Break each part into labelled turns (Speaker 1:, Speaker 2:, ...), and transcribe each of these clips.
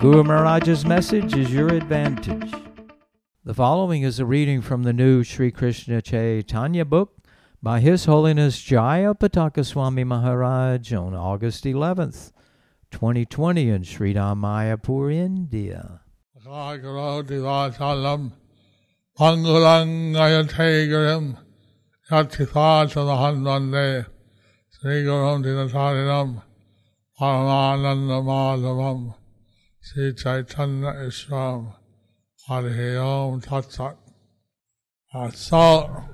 Speaker 1: Guru Maharaj's message is your advantage. The following is a reading from the new Sri Krishna Chaitanya book by His Holiness Jaya Pataka Swami Maharaj on August 11th, 2020 in Sri Mayapur, India.
Speaker 2: Sagaroti Vasalam Pangulangayategarim Yatithatanahandande Sri Gurum Dinatarinam Paramananda Madhavam Sri Chaitanya Ishram Hare Om Tat Sat. Uh, So,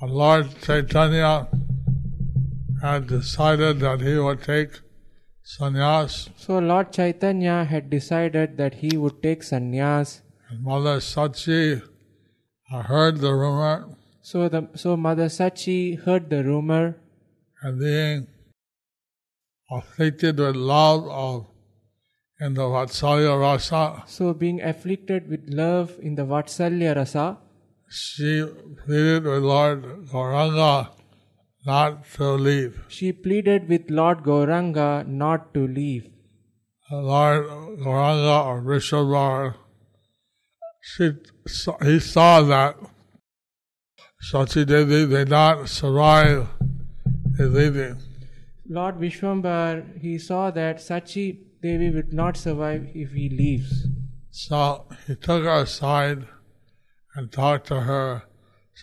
Speaker 2: the Lord Chaitanya had decided that he would take sannyas
Speaker 3: So Lord Chaitanya had decided that he would take sannyas.
Speaker 2: And Mother Sachi, I heard the rumor,
Speaker 3: So the so Mother Sachi heard the rumor
Speaker 2: and being afflicted with love of in the Vatsalya Rasa,
Speaker 3: So, being afflicted with love in the Vatsalya Rasa,
Speaker 2: she pleaded with Lord Gauranga not to leave.
Speaker 3: she pleaded with Lord Gauranga not to leave.
Speaker 2: And Lord Gauranga or Rishabhar, she, he saw that Sachi Devi did not survive his leaving.
Speaker 3: Lord Vishwambar, he saw that Sachi Devi would not survive if he leaves.
Speaker 2: So he took her aside and talked to her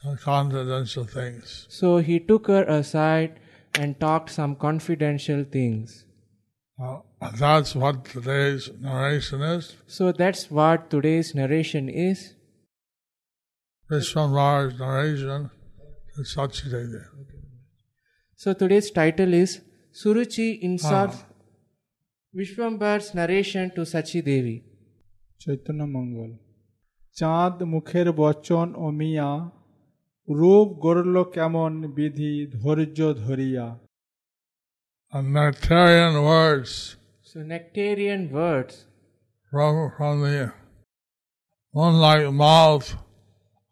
Speaker 2: some confidential things.
Speaker 3: So, he took her aside and talked some confidential things.
Speaker 2: Uh, that's what today's narration is.
Speaker 3: So, that's what today's narration is.
Speaker 2: Vishwambar's narration to Sachidevi.
Speaker 3: So, today's title is Suruchi insults Vishwambar's narration to Sachi Devi.
Speaker 4: Chaitanya মঙ্গল চাঁদ মুখের বচন ও মিয়া রূপ গড়ল কেমন বিধি ধৈর্য ধরিয়া
Speaker 2: And nectarian words
Speaker 3: So, nectarian words.
Speaker 2: from, from the moonlight mouth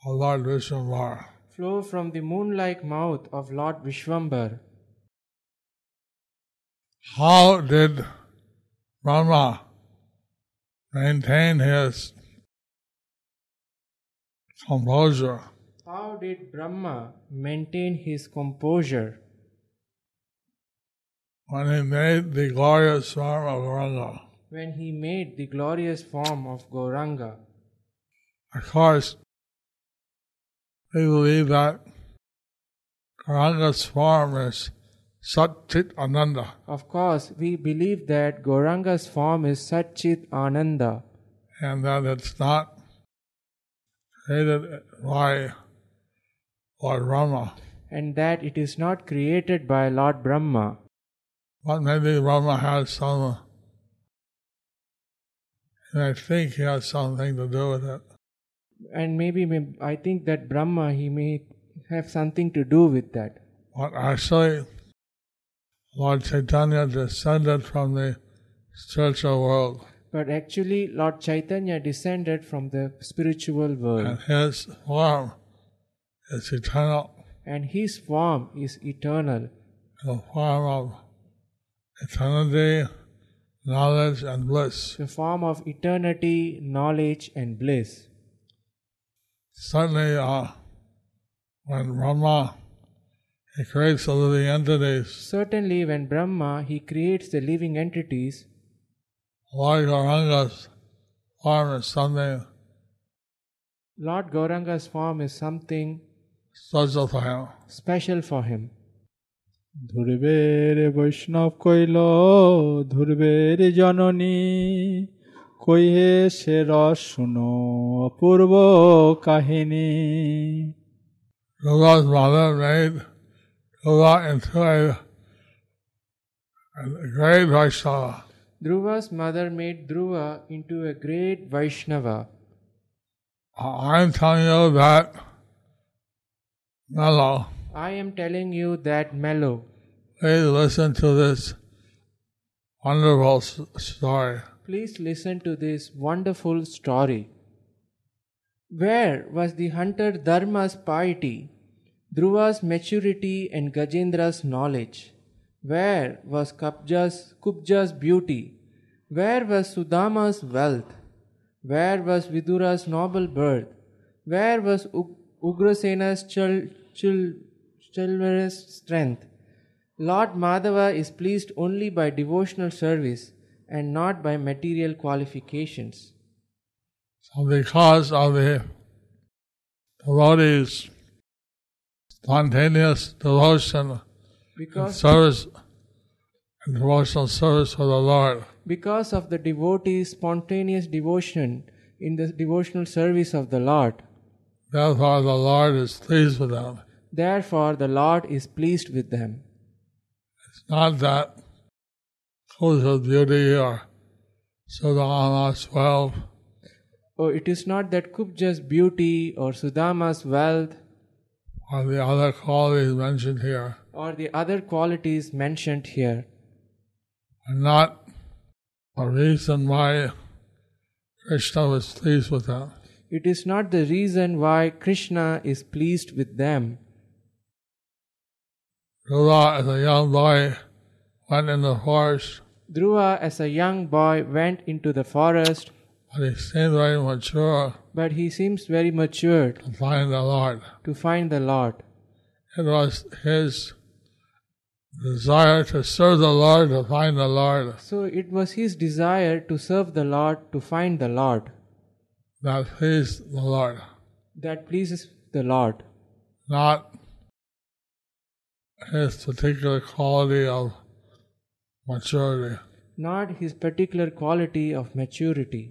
Speaker 2: of Lord Vishwambar.
Speaker 3: flow from the moon like mouth of Lord Vishwambar.
Speaker 2: How did Brahma maintain his composure?
Speaker 3: How did Brahma maintain his composure
Speaker 2: when he made the glorious form of Ranga.
Speaker 3: when he made the glorious form of Gauranga?
Speaker 2: Of course, we believe that Ranga's form is Sat Chit Ananda,
Speaker 3: Of course, we believe that Gauranga's form is Satchit Ananda
Speaker 2: and that it's not created by Lord Rama.
Speaker 3: and that it is not created by Lord Brahma.
Speaker 2: But maybe Rama has some, and I think he has something to do with it.
Speaker 3: And maybe may- I think that Brahma, he may have something to do with that.
Speaker 2: But actually, Lord Chaitanya descended from the spiritual world,
Speaker 3: But actually, Lord Chaitanya descended from the spiritual
Speaker 2: and
Speaker 3: world,
Speaker 2: his form is eternal,
Speaker 3: and his form is eternal.
Speaker 2: the form of eternity, knowledge, and bliss.
Speaker 3: the form of eternity, knowledge, and bliss.
Speaker 2: Certainly, uh, when Brahma he creates the living entities,
Speaker 3: Certainly, when Brahma he creates the living entities,
Speaker 2: Lord Gauranga's form is something
Speaker 3: Lord Gauranga's form is something
Speaker 2: special to him.
Speaker 3: special for him.
Speaker 4: ধরবের বৈষ্ণব কইল ধরবের জননী কইহে সে রস শুনো অপূর্ব কাহিনী
Speaker 2: Duga's mother made Duga into a, a great Vaishnava.
Speaker 3: Dhruva's mother made Dhruva into a great Vaishnava.
Speaker 2: I- I'm telling you that mellow.
Speaker 3: I am telling you that mellow.
Speaker 2: Please listen to this wonderful s- story.
Speaker 3: Please listen to this wonderful story. Where was the hunter Dharma's piety, Dhruva's maturity, and Gajendra's knowledge? Where was Kapja's, Kupja's beauty? Where was Sudama's wealth? Where was Vidura's noble birth? Where was Ug- Ugrasena's chil- chil- chivalrous strength? Lord Madhava is pleased only by devotional service and not by material qualifications.
Speaker 2: So because of the devotees' spontaneous devotion and
Speaker 3: Because,
Speaker 2: service and devotional service for the Lord,
Speaker 3: because of the devotee's spontaneous devotion in the devotional service of the Lord,
Speaker 2: therefore the Lord is pleased with them.
Speaker 3: therefore the Lord is pleased with them.
Speaker 2: It's not that exclusive beauty or Sudama 12.
Speaker 3: Oh, it is not that Kupja's beauty or Sudama's wealth
Speaker 2: or the other qualities mentioned here
Speaker 3: or the other qualities mentioned here
Speaker 2: are not a reason why Krishna was pleased with them.
Speaker 3: It is not the reason why Krishna is pleased with them.
Speaker 2: Dhruva, as a young boy, went in the forest,
Speaker 3: Dhruva, as a young boy, went into the forest,
Speaker 2: but he seemed very mature
Speaker 3: but he seems very matured
Speaker 2: to find the Lord.
Speaker 3: to find the Lord.
Speaker 2: It was his desire to serve the Lord, to find the Lord,
Speaker 3: So it was his desire to serve the Lord, to find the Lord,
Speaker 2: that pleased the Lord,
Speaker 3: that pleases the Lord,
Speaker 2: not his particular quality of maturity.
Speaker 3: not his particular quality of maturity.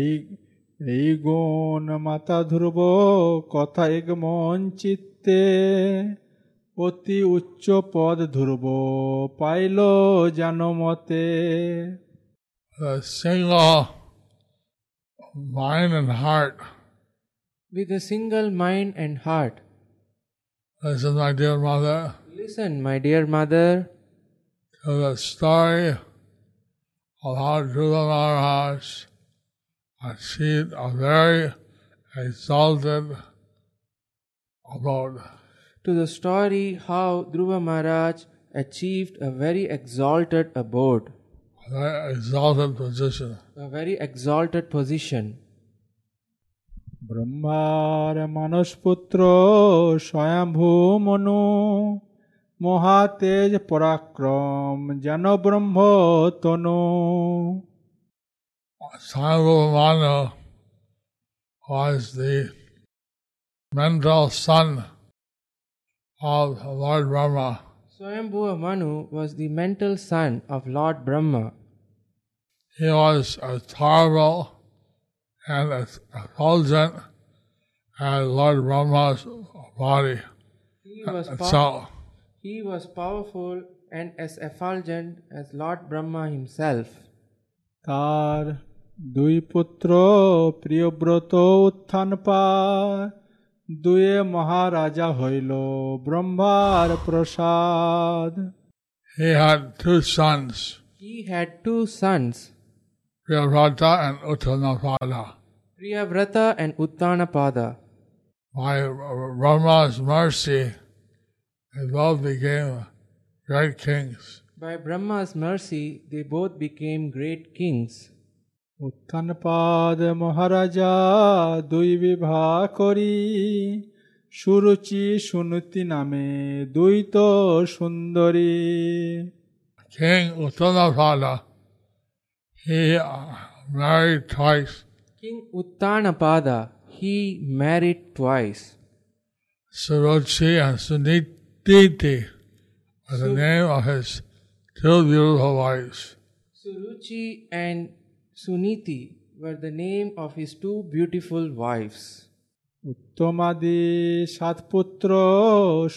Speaker 4: এই এই গুণ মাতা ধ্রুব কথা এক মন চিত্তে অতি উচ্চ পদ ধ্রুব পাইল জান মতে
Speaker 2: the single mind and heart.
Speaker 3: With a single mind and heart.
Speaker 2: Listen, my dear mother,
Speaker 3: Listen, my dear mother,
Speaker 2: to the story of how Dhruva Maharaj achieved a very exalted abode.
Speaker 3: to the story how Dhruva Maharaj achieved a very exalted abode,
Speaker 2: A very exalted position.
Speaker 3: a very exalted position.
Speaker 4: ব্রহ্মার মানসপুত্র স্বয়ম্ভু মনু মহাতেজ পরাক্রম যেন ব্রহ্ম তনু
Speaker 2: Swami Bhuvamanu uh, was the mental son of Lord Brahma.
Speaker 3: Swayambhuva Manu was the mental son of Lord Brahma.
Speaker 2: He was as terrible and as effulgent as Lord Brahma's body
Speaker 3: He
Speaker 2: Uh,
Speaker 3: was, pow-
Speaker 2: itself.
Speaker 3: he was powerful and as effulgent as Lord Brahma himself.
Speaker 4: তার দুই পুত্র প্রিয়ব্রত উত্থান পায় দুয়ে মহারাজা হইল ব্রহ্মার প্রসাদ
Speaker 2: He had two sons,
Speaker 3: He had two sons,
Speaker 2: Priyavrata and Uttanapada.
Speaker 3: Priyavrata and Uttanapada.
Speaker 2: By Brahma's mercy, they both became great kings.
Speaker 3: By Brahma's mercy, they both became great kings.
Speaker 4: উত্থানপাদ মহারাজা দুই বিভা করি সুরুচি সুনতি নামে দুই তো সুন্দরী
Speaker 2: King Uttanapada, he uh, married twice.
Speaker 3: King Uttanapada, he married twice.
Speaker 2: Sarochi and Sunititi are the name of his two beautiful wives.
Speaker 3: Suruchi and Suniti were the name of his two beautiful wives.
Speaker 4: উত্তমাদি সাত পুত্র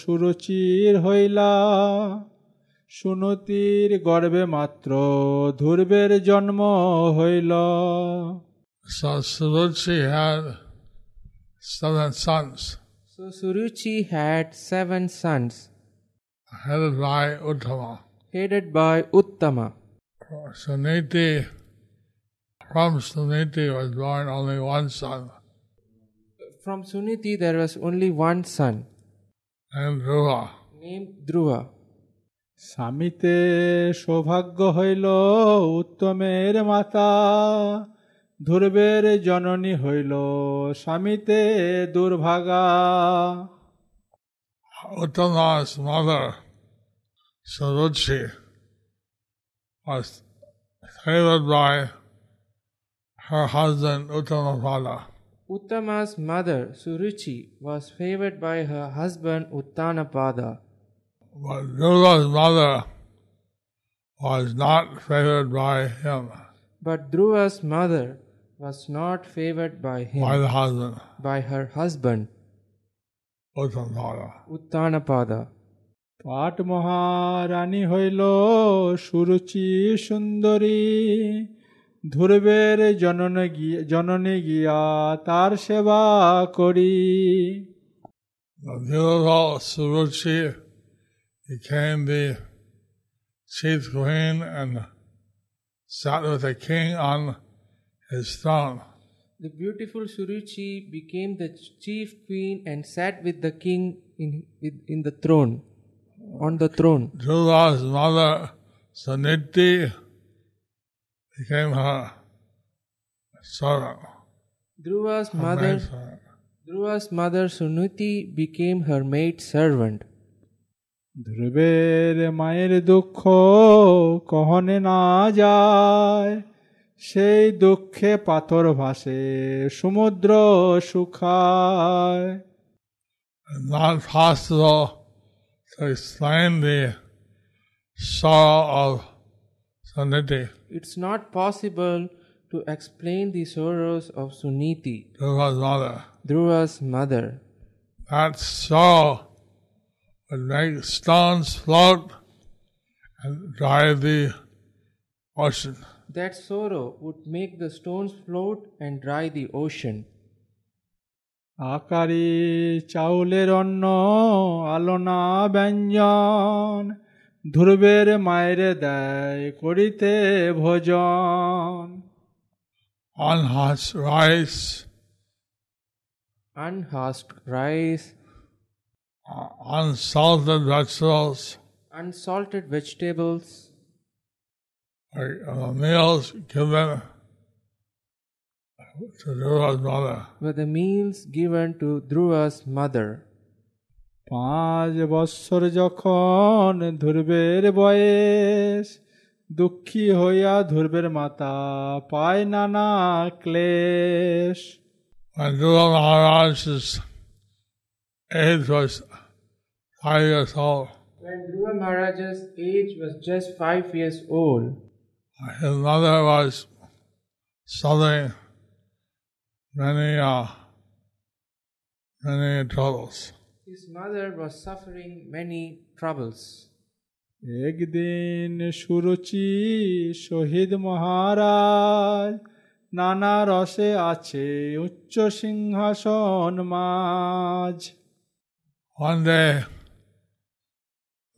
Speaker 4: সুরুচির হইলা সুনতির গর্বে মাত্র ধ্রুবের জন্ম হইল
Speaker 2: So Suruchi had seven sons,
Speaker 3: So Suruchi had seven sons,
Speaker 2: headed by Uttama.
Speaker 3: headed by Uttama.
Speaker 2: Suniti, from Suniti was born only one son,
Speaker 3: From Suniti, there was only one son
Speaker 2: named Dhruva.
Speaker 3: named Dhruva.
Speaker 4: স্বামীতে সৌভাগ্য হইল উত্তমের মাতা ধ্রুবের জননী হইল স্বামীতে দুর্ভাগা
Speaker 2: Uttama's mother, Suruchi, was favored by her husband Uttamapada.
Speaker 3: Uttama's mother, Suruchi, was favored by her husband Uttanapada.
Speaker 2: But Dhruva's mother was not favored by him,
Speaker 3: But Dhruva's mother was not favored by him,
Speaker 2: by the husband,
Speaker 3: by her husband,
Speaker 2: Uttamapada.
Speaker 3: Uttanapada.
Speaker 4: পাট মহারানী হইল সুরুচি সুন্দরী ধ্রুবের জনন গি- জননী গিয়া তার সেবা করি
Speaker 2: The beautiful Suruchi became the chief queen and sat with the king on his throne.
Speaker 3: The beautiful Suruchi became the chief queen and sat with the king in, in, in the throne, on the throne.
Speaker 2: Dhruva's mother, Suniti, became her servant.
Speaker 3: Dhruva's
Speaker 2: her
Speaker 3: mother,
Speaker 2: maidservant.
Speaker 3: Dhruva's mother Sunuti became her maid servant.
Speaker 4: ধ্রুবের মায়ের দুঃখ কহনে না যায় সেই দুঃখে পাথর ভাসে সমুদ্র শুখায়
Speaker 2: It's not possible to explain the sorrow of Suniti,
Speaker 3: It's not possible to explain the sorrows of Suniti,
Speaker 2: Dhruva's mother.
Speaker 3: Dhruva's mother.
Speaker 2: That sorrow would make stones float and drive the ocean.
Speaker 3: That sorrow would make the stones float and dry the ocean.
Speaker 4: আকারে চাউলের অন্ন আলনা ব্যঞ্জন ধ্রুবের মায়ের দেয় করিতে ভোজন
Speaker 2: Unhashed rice,
Speaker 3: Unhusked rice,
Speaker 2: uh, unsalted vegetables,
Speaker 3: unsalted vegetables,
Speaker 2: like uh, meals given to Dhruva's mother.
Speaker 3: were the meals given to Dhruva's mother.
Speaker 4: পাঁচ বৎসর যখন ধ্রুবের বয়স দুঃখী হইয়া ধ্রুবের মাতা পায় নানা ক্লেশ
Speaker 2: When Dhruva Maharaj's age was five years old,
Speaker 3: When Dhruva Maharaj's age was just five years old,
Speaker 2: his mother was selling many, uh, many troubles.
Speaker 3: his mother was suffering many troubles.
Speaker 4: একদিন সুরুচি শহীদ মহারাজ নানা রসে আছে উচ্চ সিংহাসন মাঝ
Speaker 2: One day,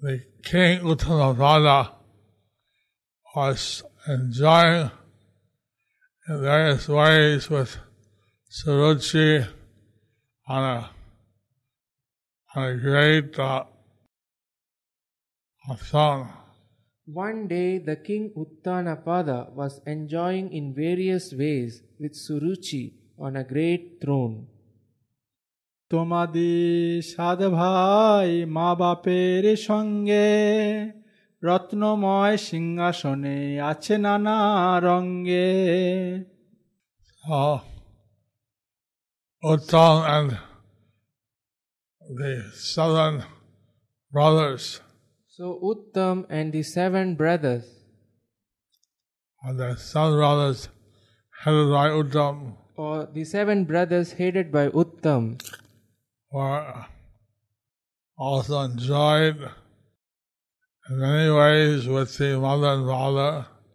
Speaker 2: the king Uttanapada was enjoying in various ways with Suruchi on a, on a great uh, throne.
Speaker 3: One day, the king Uttanapada was enjoying in various ways with Suruchi on a great throne.
Speaker 4: তোমাদি সাদ ভাই মা বাপের সঙ্গে রত্নময় সিংহাসনে আছে নানা রঙ্গে
Speaker 2: So Uttan and the seven brothers
Speaker 3: So Uttam and the seven brothers,
Speaker 2: and the seven brothers headed by Uttam
Speaker 3: or the seven brothers headed by Uttam,
Speaker 2: were also enjoyed in many ways with the mother and father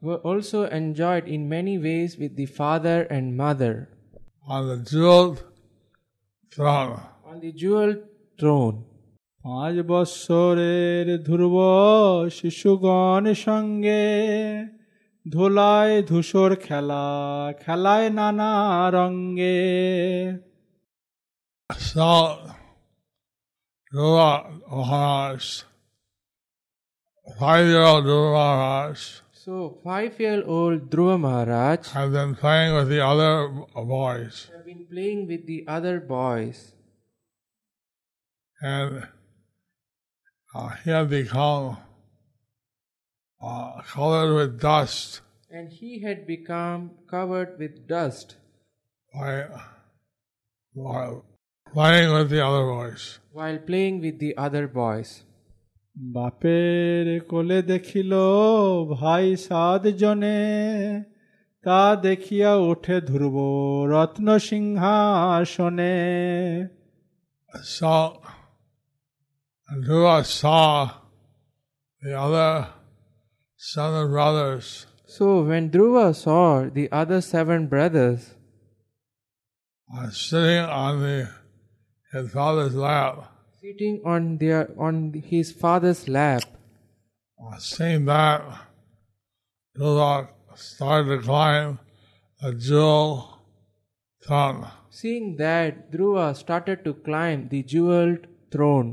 Speaker 3: were also enjoyed in many ways with the father and mother
Speaker 2: on the jeweled throne.
Speaker 3: on the jeweled throne.
Speaker 4: পাঁচ বৎসরের ধ্রুব শিশুগণ সঙ্গে ধুলায় ধূসর খেলা খেলায় নানা রঙ্গে
Speaker 2: So, Dhruva Maharaj, five-year-old Dhruva Maharaj,
Speaker 3: So, five year old Dhruva Maharaj
Speaker 2: had been playing with the other boys,
Speaker 3: have been playing with the other boys
Speaker 2: and uh, he had become uh, colored with dust
Speaker 3: and he had become covered with dust
Speaker 2: by, by playing with the other boys.
Speaker 3: while playing with the other boys.
Speaker 4: বাপের কোলে দেখিল ভাই সাত জনে তা দেখিয়া ওঠে ধ্রুব রত্ন সিংহাসনে
Speaker 2: So Dhruva saw the other seven brothers
Speaker 3: So, when Dhruva saw the other seven brothers
Speaker 2: uh, sitting on the, his father's lap,
Speaker 3: sitting on their on his father's lap,
Speaker 2: uh, seeing that, Dhruva started to climb the jewel throne.
Speaker 3: seeing that Dhruva started to climb the jeweled throne.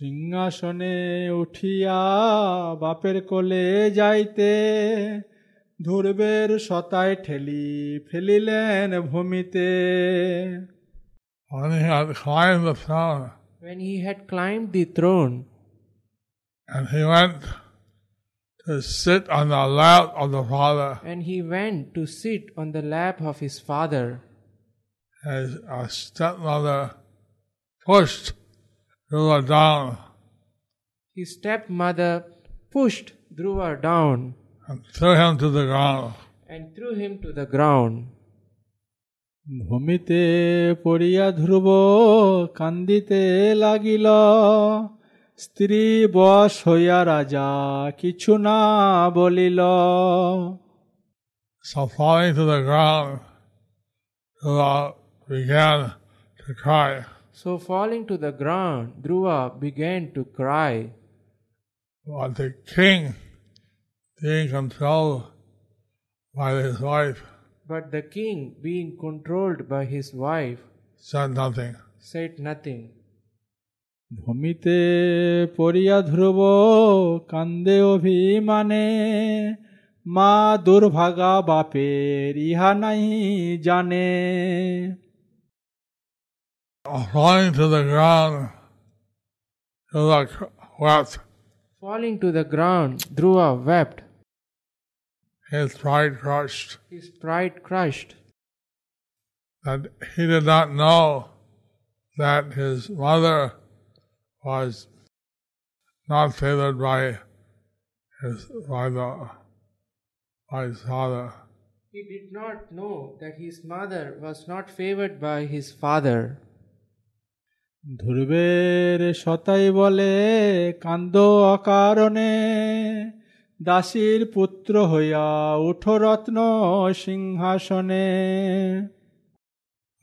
Speaker 4: সিংহাসনে উঠিয়া বাপের কোলে যাইতে ধুরবের সতায় ঠেলি ফেলিলেন ভূমিতে
Speaker 2: When he had climbed the throne,
Speaker 3: When he had climbed the throne,
Speaker 2: and he went to sit on the lap of the father,
Speaker 3: and he went to sit on the lap of his father,
Speaker 2: his uh, stepmother pushed Dhruva down
Speaker 3: his stepmother pushed Dhruva down
Speaker 2: and threw him to the ground.
Speaker 3: and threw him to the ground.
Speaker 4: ভূমিতে পড়িয়া ধ্রুব কান্দিতে লাগিল স্ত্রী বস হইয়া রাজা কিছু না বলিল
Speaker 2: So falling to the ground, Dhruva began to cry.
Speaker 3: So, falling to the ground, Dhruva began to cry.
Speaker 2: But the king, being controlled by his wife,
Speaker 3: But the king, being controlled by his wife,
Speaker 2: said nothing.
Speaker 3: said nothing.
Speaker 4: ভূমিতে পড়িয়া ধ্রুব কান্দে অভিমানে মা দুর্ভাগা বাপের ইহা নাই জানে
Speaker 2: Falling to the ground, Dhruva cr- wept.
Speaker 3: Falling to the ground, Dhruva wept,
Speaker 2: His pride crushed.
Speaker 3: his pride crushed,
Speaker 2: that he did not know that his mother was not favored by his by the by his father.
Speaker 3: He did not know that his mother was not favored by his father.
Speaker 4: ধ্রুবের সতাই বলে কান্দ অকারণে দাসীর পুত্র হইয়া উঠো রত্ন সিংহাসনে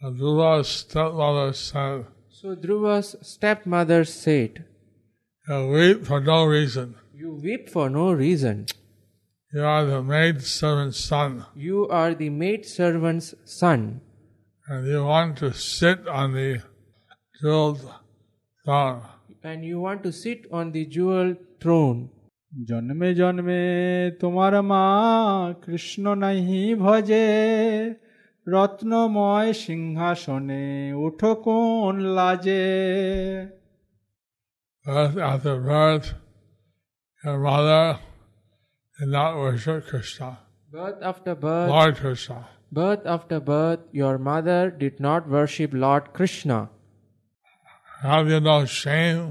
Speaker 2: And Dhruva's stepmother said,
Speaker 3: So Dhruva's stepmother said,
Speaker 2: You weep for no reason.
Speaker 3: You weep for no reason.
Speaker 2: You are the maid servant's son,
Speaker 3: You are the maidservant's son,
Speaker 2: and you want to sit on the jeweled throne.
Speaker 3: and you want to sit on the jeweled throne.
Speaker 4: জন্মে জন্মে তোমার মা কৃষ্ণ নাহি ভজে রত্নময় সিংহাসনে উঠো কোন লাজে
Speaker 2: Birth after birth, your mother did not worship Krishna.
Speaker 3: Birth after birth,
Speaker 2: Lord Krishna.
Speaker 3: birth after birth, your mother did not worship Lord Krishna.
Speaker 2: Have you no shame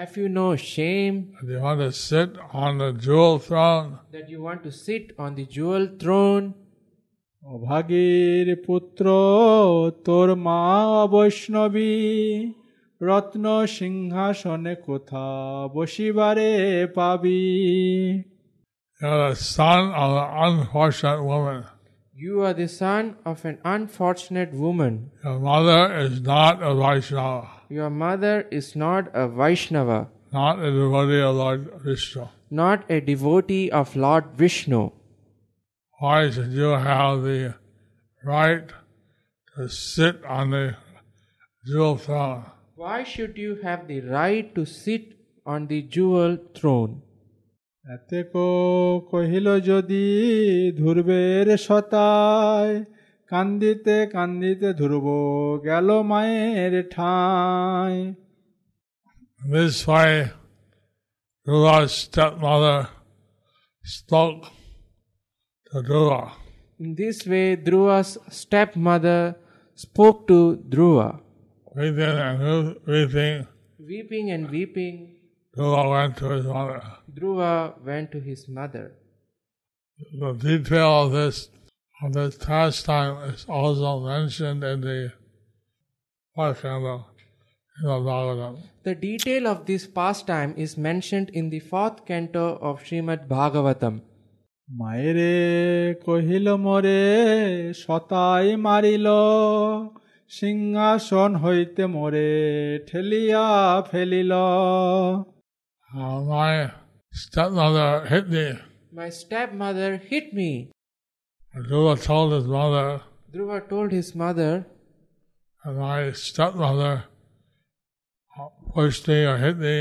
Speaker 3: Have you no shame
Speaker 2: that you want to sit on the jewel throne?
Speaker 3: that you want to sit on the jeweled throne?
Speaker 4: অভাগীর পুত্র তোর মা অবৈষ্ণবী রত্ন সিংহাসনে কোথা বসিবারে পাবি
Speaker 2: You are the son of an unfortunate woman.
Speaker 3: You are the son of an unfortunate woman.
Speaker 2: Your mother is not a Vaishnava,
Speaker 3: Your mother is not a Vaishnava,
Speaker 2: not a devotee of Lord Vishnu.
Speaker 3: not a devotee of Lord Vishnu.
Speaker 2: Why should you have the right to sit on the jewel throne?
Speaker 3: Why should you have the right to sit on the jewel throne?
Speaker 4: এতে কো কহিল যদি ধ্রুবের সতায় কান্দিতে কান্দিতে ধ্রুব গেল মায়ের ঠাঁই
Speaker 2: This way, Dhruva's stepmother spoke to Dhruva.
Speaker 3: In this way, Dhruva's stepmother spoke to Dhruva.
Speaker 2: Weeping and weeping,
Speaker 3: Weeping and weeping,
Speaker 2: Dhruva went to his mother.
Speaker 3: Dhruva went to his mother.
Speaker 2: The detail of this of this pastime is also mentioned in the Vaishnav in the Bhagavatam.
Speaker 3: The detail of this pastime is mentioned in the fourth canto of Srimad Bhagavatam.
Speaker 4: মায়েরে কহিল মোরে সতাই মারিল সিংহাসন হইতে মোরে ঠেলিয়া ফেলিল
Speaker 2: Uh, my stepmother hit me.
Speaker 3: My stepmother hit me.
Speaker 2: Dhruva told his mother,
Speaker 3: Dhruva told his mother,
Speaker 2: and my stepmother pushed me or hit me.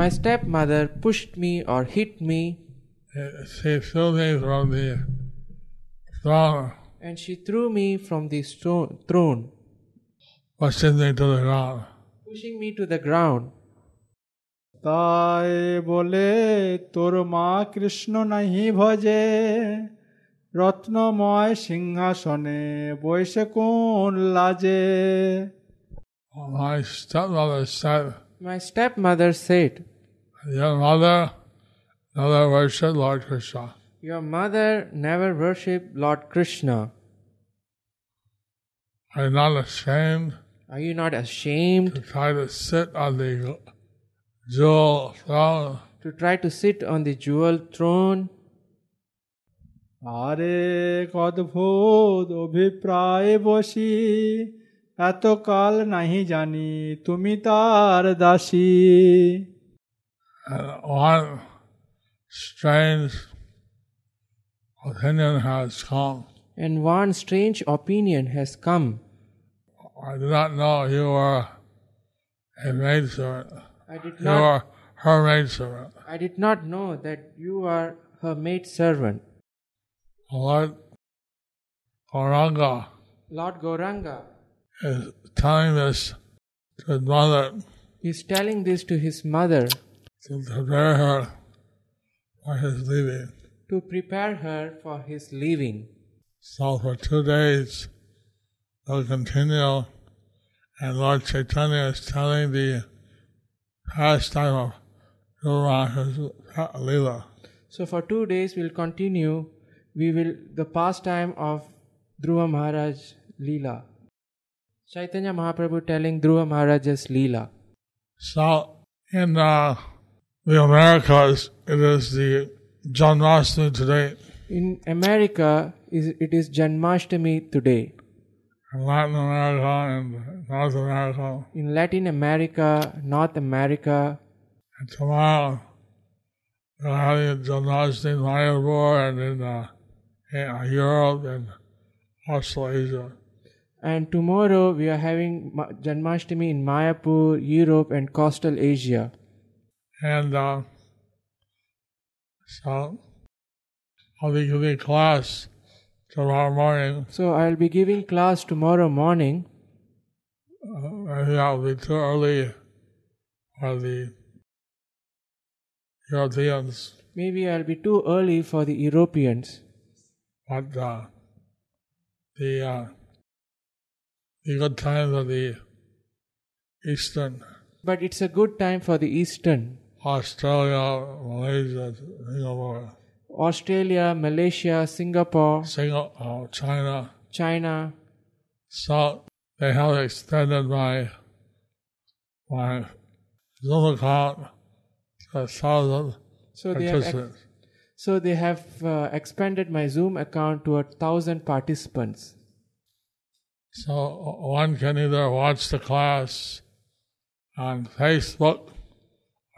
Speaker 3: My stepmother pushed me or hit me,
Speaker 2: She threw me from the throne,
Speaker 3: and she threw me from the stro- throne,
Speaker 2: pushing me to the ground.
Speaker 3: pushing me to the ground.
Speaker 4: তাই বলে তোর মা কৃষ্ণ নাহি ভজে রত্নময় সিংহাসনে বৈশে কোন লাজে
Speaker 2: My stepmother said,
Speaker 3: My stepmother said,
Speaker 2: Your mother never worshiped Lord Krishna.
Speaker 3: Your mother never worshipped Lord Krishna.
Speaker 2: Are you not ashamed
Speaker 3: Are you not
Speaker 2: to
Speaker 3: ashamed
Speaker 2: try to sit on the jewel throne?
Speaker 3: to try to sit on the jewel throne?
Speaker 4: আরে এক অদ্ভুত অভিপ্রায় বসি এতকাল নাহি জানি তুমি তার দাসী
Speaker 2: And one strange opinion has come.
Speaker 3: And one strange opinion has come.
Speaker 2: I did not know you were a maidservant.
Speaker 3: I did
Speaker 2: You
Speaker 3: not,
Speaker 2: were her maidservant.
Speaker 3: I did not know that you are her maid servant.
Speaker 2: Lord Oranga
Speaker 3: Lord Gauranga
Speaker 2: is telling this to his mother
Speaker 3: is telling this to his mother
Speaker 2: to prepare her for his leaving.
Speaker 3: to prepare her for his leaving.
Speaker 2: So for two days, they'll continue, and Lord Chaitanya is telling the pastime of Guru Leela.
Speaker 3: So for two days we'll continue. We will the pastime of Dhruva Maharaj Leela. Chaitanya Mahaprabhu telling Dhruva Maharaj's Leela.
Speaker 2: So in uh, the Americas, it is the Janmashtami today.
Speaker 3: In America, is it is Janmashtami today.
Speaker 2: In Latin America and North America,
Speaker 3: In Latin America, North America,
Speaker 2: and tomorrow they're having Janmashtami in Mayapur and in, uh, in uh, Europe and Australasia.
Speaker 3: and tomorrow we are having Ma- Janmashtami in Mayapur, Europe, and coastal Asia.
Speaker 2: And uh, so I'll be giving class tomorrow morning.
Speaker 3: So I'll be giving class tomorrow morning.
Speaker 2: Uh, maybe I'll be too early for the Europeans,
Speaker 3: Maybe I'll be too early for the Europeans.
Speaker 2: but uh, the uh, the good times of the Eastern
Speaker 3: But it's a good time for the Eastern.
Speaker 2: Australia, Malaysia, Singapore,
Speaker 3: Australia, Malaysia, Singapore,
Speaker 2: Singapore, uh, China.
Speaker 3: China.
Speaker 2: So they have extended my my Zoom account to a thousand
Speaker 3: So they have ex-
Speaker 2: participants.
Speaker 3: so they have uh, expanded my Zoom account to a thousand participants.
Speaker 2: So one can either watch the class on Facebook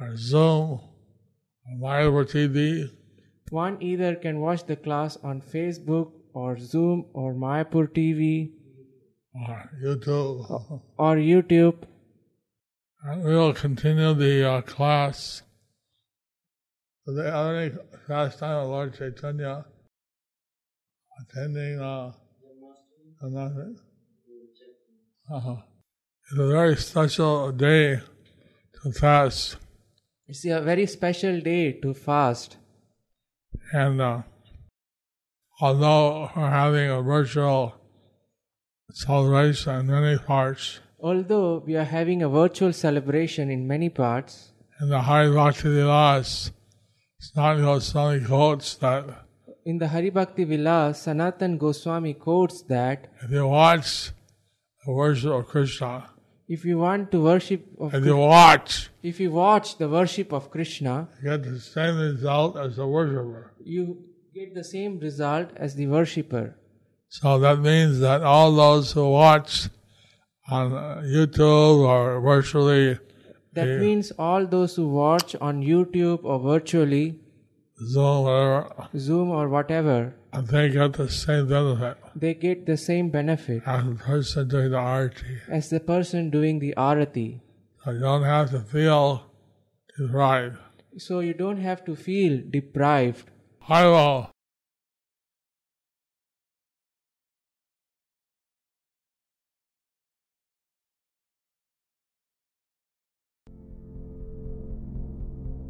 Speaker 2: or Zoom or MyLiber TV.
Speaker 3: One either can watch the class on Facebook or Zoom or Mayapur TV
Speaker 2: or YouTube.
Speaker 3: or YouTube.
Speaker 2: And we will continue the uh, class. The other class time of Lord Chaitanya attending uh, another. Uh-huh. It's a very special day to fast,
Speaker 3: It's a very special day to fast.
Speaker 2: and uh, although we're having a virtual celebration in many parts,
Speaker 3: Although we are having a virtual celebration in many parts,
Speaker 2: in the Hari Bhakti Vilas, Snati Goswami quotes that
Speaker 3: in the Hari Bhakti Vilas, Sanatan Goswami quotes that
Speaker 2: if you watch the worship of Krishna,
Speaker 3: if you want to worship of
Speaker 2: if you watch,
Speaker 3: if you watch the worship of Krishna,
Speaker 2: you get the same result as the worshiper.
Speaker 3: you get the same result as the worshipper.
Speaker 2: So that means that all those who watch on uh, YouTube or virtually
Speaker 3: That
Speaker 2: Yeah.
Speaker 3: means all those who watch on YouTube or virtually,
Speaker 2: Zoom, whatever,
Speaker 3: Zoom or whatever,
Speaker 2: they get the same benefit
Speaker 3: they get the same benefit
Speaker 2: as the person doing the RT.
Speaker 3: as the person doing the arati.
Speaker 2: So you don't have to feel deprived.
Speaker 3: So you don't have to feel deprived.
Speaker 2: I will.